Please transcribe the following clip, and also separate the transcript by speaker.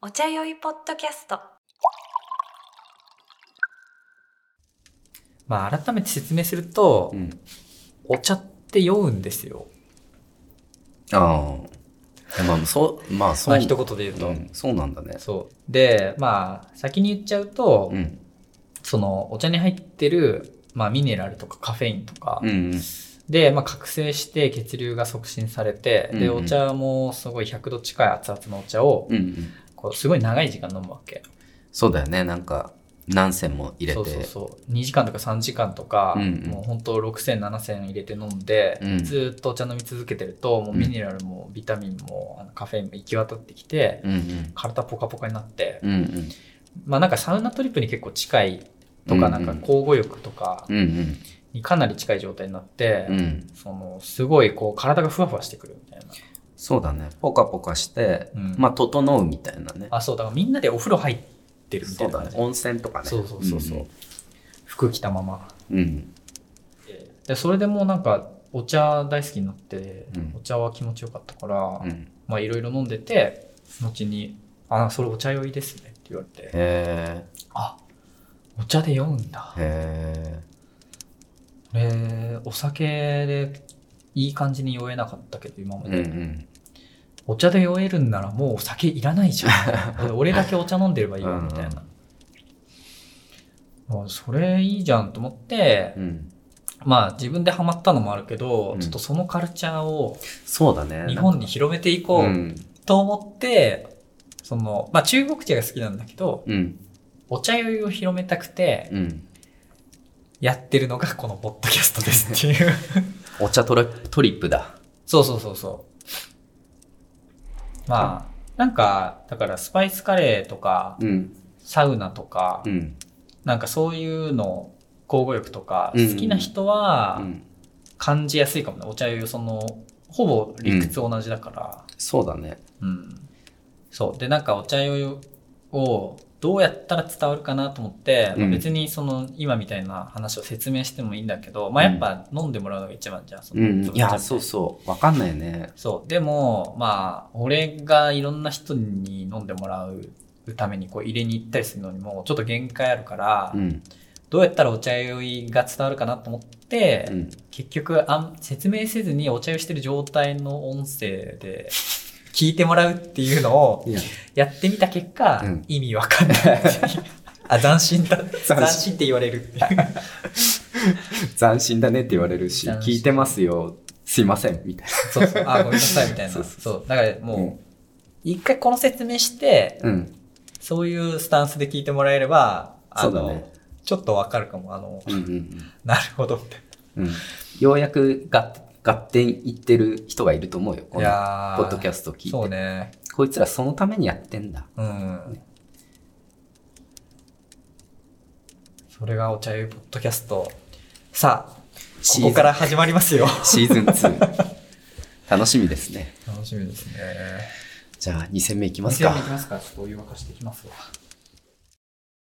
Speaker 1: お茶酔いポッドキャスト
Speaker 2: まあ、改めて説明すると、
Speaker 3: うん。
Speaker 2: お茶って酔うんですよ。
Speaker 3: ああ。まあ、そう、まあ、そう。
Speaker 2: まあ、一言で言うと。
Speaker 3: うんそうなんだね。
Speaker 2: そう。で、まあ、先に言っちゃうと、
Speaker 3: うん。
Speaker 2: その、お茶に入ってる、まあ、ミネラルとかカフェインとか、
Speaker 3: うんうん。
Speaker 2: で、まあ、覚醒して血流が促進されて、で、
Speaker 3: うんう
Speaker 2: お
Speaker 3: ん
Speaker 2: 茶もすごい100度近い熱々のお茶を、
Speaker 3: うんうん。
Speaker 2: こう、すごい長い時間飲むわけ。
Speaker 3: そうだよね。なんか、何千も入れて。
Speaker 2: そうそうそう。2時間とか3時間とか、
Speaker 3: うんうん
Speaker 2: もう本当6000、7000入れて飲んで、
Speaker 3: うん
Speaker 2: ずーっとお茶飲み続けてると、もうミネラルもビタミンもあのカフェインも行き渡ってきて、
Speaker 3: うんうん。
Speaker 2: 体ポカポカになって、
Speaker 3: うんうん。
Speaker 2: まあなんかサウナトリップに結構近いと
Speaker 3: うんう
Speaker 2: か、
Speaker 3: ん
Speaker 2: なんか交互浴とか
Speaker 3: うんうん。
Speaker 2: にかなり近い状態になって、
Speaker 3: うん。
Speaker 2: そのすごいこう体がふわふわしてくるみたいな。
Speaker 3: そうだね。ポカポカして、
Speaker 2: うん
Speaker 3: まあ、整うみたいなね。
Speaker 2: あ、そう、だからみんなでお風呂入ってるみた
Speaker 3: そ
Speaker 2: いうな
Speaker 3: だ
Speaker 2: 感
Speaker 3: ね
Speaker 2: じ。。
Speaker 3: 温泉とかね。
Speaker 2: そうそうそうそう。服着たまま。
Speaker 3: うんうん。
Speaker 2: で、それでもうなんかお茶大好きになって、
Speaker 3: うん
Speaker 2: お茶は気持ちよかったから、
Speaker 3: うんうん。
Speaker 2: まあいろいろ飲んでて、後に、あ、それお茶酔いですねって言われて、
Speaker 3: へ
Speaker 2: あ、お茶で酔うんだ
Speaker 3: え。。へ
Speaker 2: えお酒でいい感じに酔えなかったけど今ま
Speaker 3: え。う
Speaker 2: で、
Speaker 3: んうん。
Speaker 2: お茶で酔えるんならもうお酒いらないじゃん 俺だけお茶飲んでればいいわみたいな、あそれいいじゃんと思って、
Speaker 3: うん。
Speaker 2: まあ自分でハマったのもあるけど、
Speaker 3: うん
Speaker 2: ちょっとそのカルチャーを
Speaker 3: そうだね。
Speaker 2: 日本に広めていこ
Speaker 3: う。
Speaker 2: うんと思って、そのまあ中国茶が好きなんだけど
Speaker 3: うん。
Speaker 2: お茶酔いを広めたくて
Speaker 3: うん。
Speaker 2: やってるのがこのポッドキャストですっていう
Speaker 3: お茶トラトリップだ。
Speaker 2: そうそうそうそう。まあ、なんか、だからスパイスカレーとか、
Speaker 3: うん。
Speaker 2: サウナとか、
Speaker 3: うん。
Speaker 2: なんかそういうの、交互浴とか、
Speaker 3: うん
Speaker 2: 好きな人
Speaker 3: う
Speaker 2: は
Speaker 3: ん。
Speaker 2: 感じやすいかもね。お茶湯、その、ほぼ理屈同じだから。
Speaker 3: そうだね。
Speaker 2: うん。そう。で、なんかお茶湯を、どうやったら伝わるかなと思って、まあ
Speaker 3: うん
Speaker 2: 別にその今みたいな話を説明してもいいんだけど、まあやっぱ飲んでもらうのが一番じゃん。その
Speaker 3: うん。いや、
Speaker 2: お茶
Speaker 3: そうそう。わかんないよね。
Speaker 2: そう。でも、まあ、俺がいろんな人に飲んでもらうためにこう入れに行ったりするのにも、ちょっと限界あるから、
Speaker 3: うん。
Speaker 2: どうやったらお茶酔いが伝わるかなと思って、
Speaker 3: うん。
Speaker 2: 結局あん、説明せずにお茶酔いしてる状態の音声で、聞いてもらうっていうのを
Speaker 3: いや、
Speaker 2: やってみた結果、
Speaker 3: うん
Speaker 2: 意味わかんない。 あ、斬新だ。
Speaker 3: 新
Speaker 2: 斬新って言われるっていう。
Speaker 3: 斬新だねって言われるし、
Speaker 2: 斬新
Speaker 3: 聞いてますよ。すいません。みた い
Speaker 2: そうそう。あ、ごめんなさい、みたいな。そ
Speaker 3: そ
Speaker 2: うう
Speaker 3: そう
Speaker 2: だからもう、一回この説明して、
Speaker 3: な。 うん。
Speaker 2: そういうスタンスで聞いてもらえれば、あ
Speaker 3: そうだ
Speaker 2: の、
Speaker 3: ね。
Speaker 2: ちょっとわかるかも。あの、
Speaker 3: うんうん
Speaker 2: なるほどって。
Speaker 3: うん。うん。ようやくが、合点いってる人がいると思うよ。こ
Speaker 2: い
Speaker 3: の
Speaker 2: や
Speaker 3: ポッドキャ
Speaker 2: ス
Speaker 3: スト聞
Speaker 2: そう
Speaker 3: いて。
Speaker 2: ね。
Speaker 3: こいつらそのためにやってんだ。
Speaker 2: うん。それがお茶湯ポッドキャスト。さあ、
Speaker 3: シー
Speaker 2: こ
Speaker 3: ズン
Speaker 2: こから始まりますよ。
Speaker 3: シーズン2。楽しみですね。
Speaker 2: 楽しみですね。
Speaker 3: じゃあ、2戦目いき
Speaker 2: い
Speaker 3: ますか。
Speaker 2: きますか。ちょっとお湯沸かしていきますわ。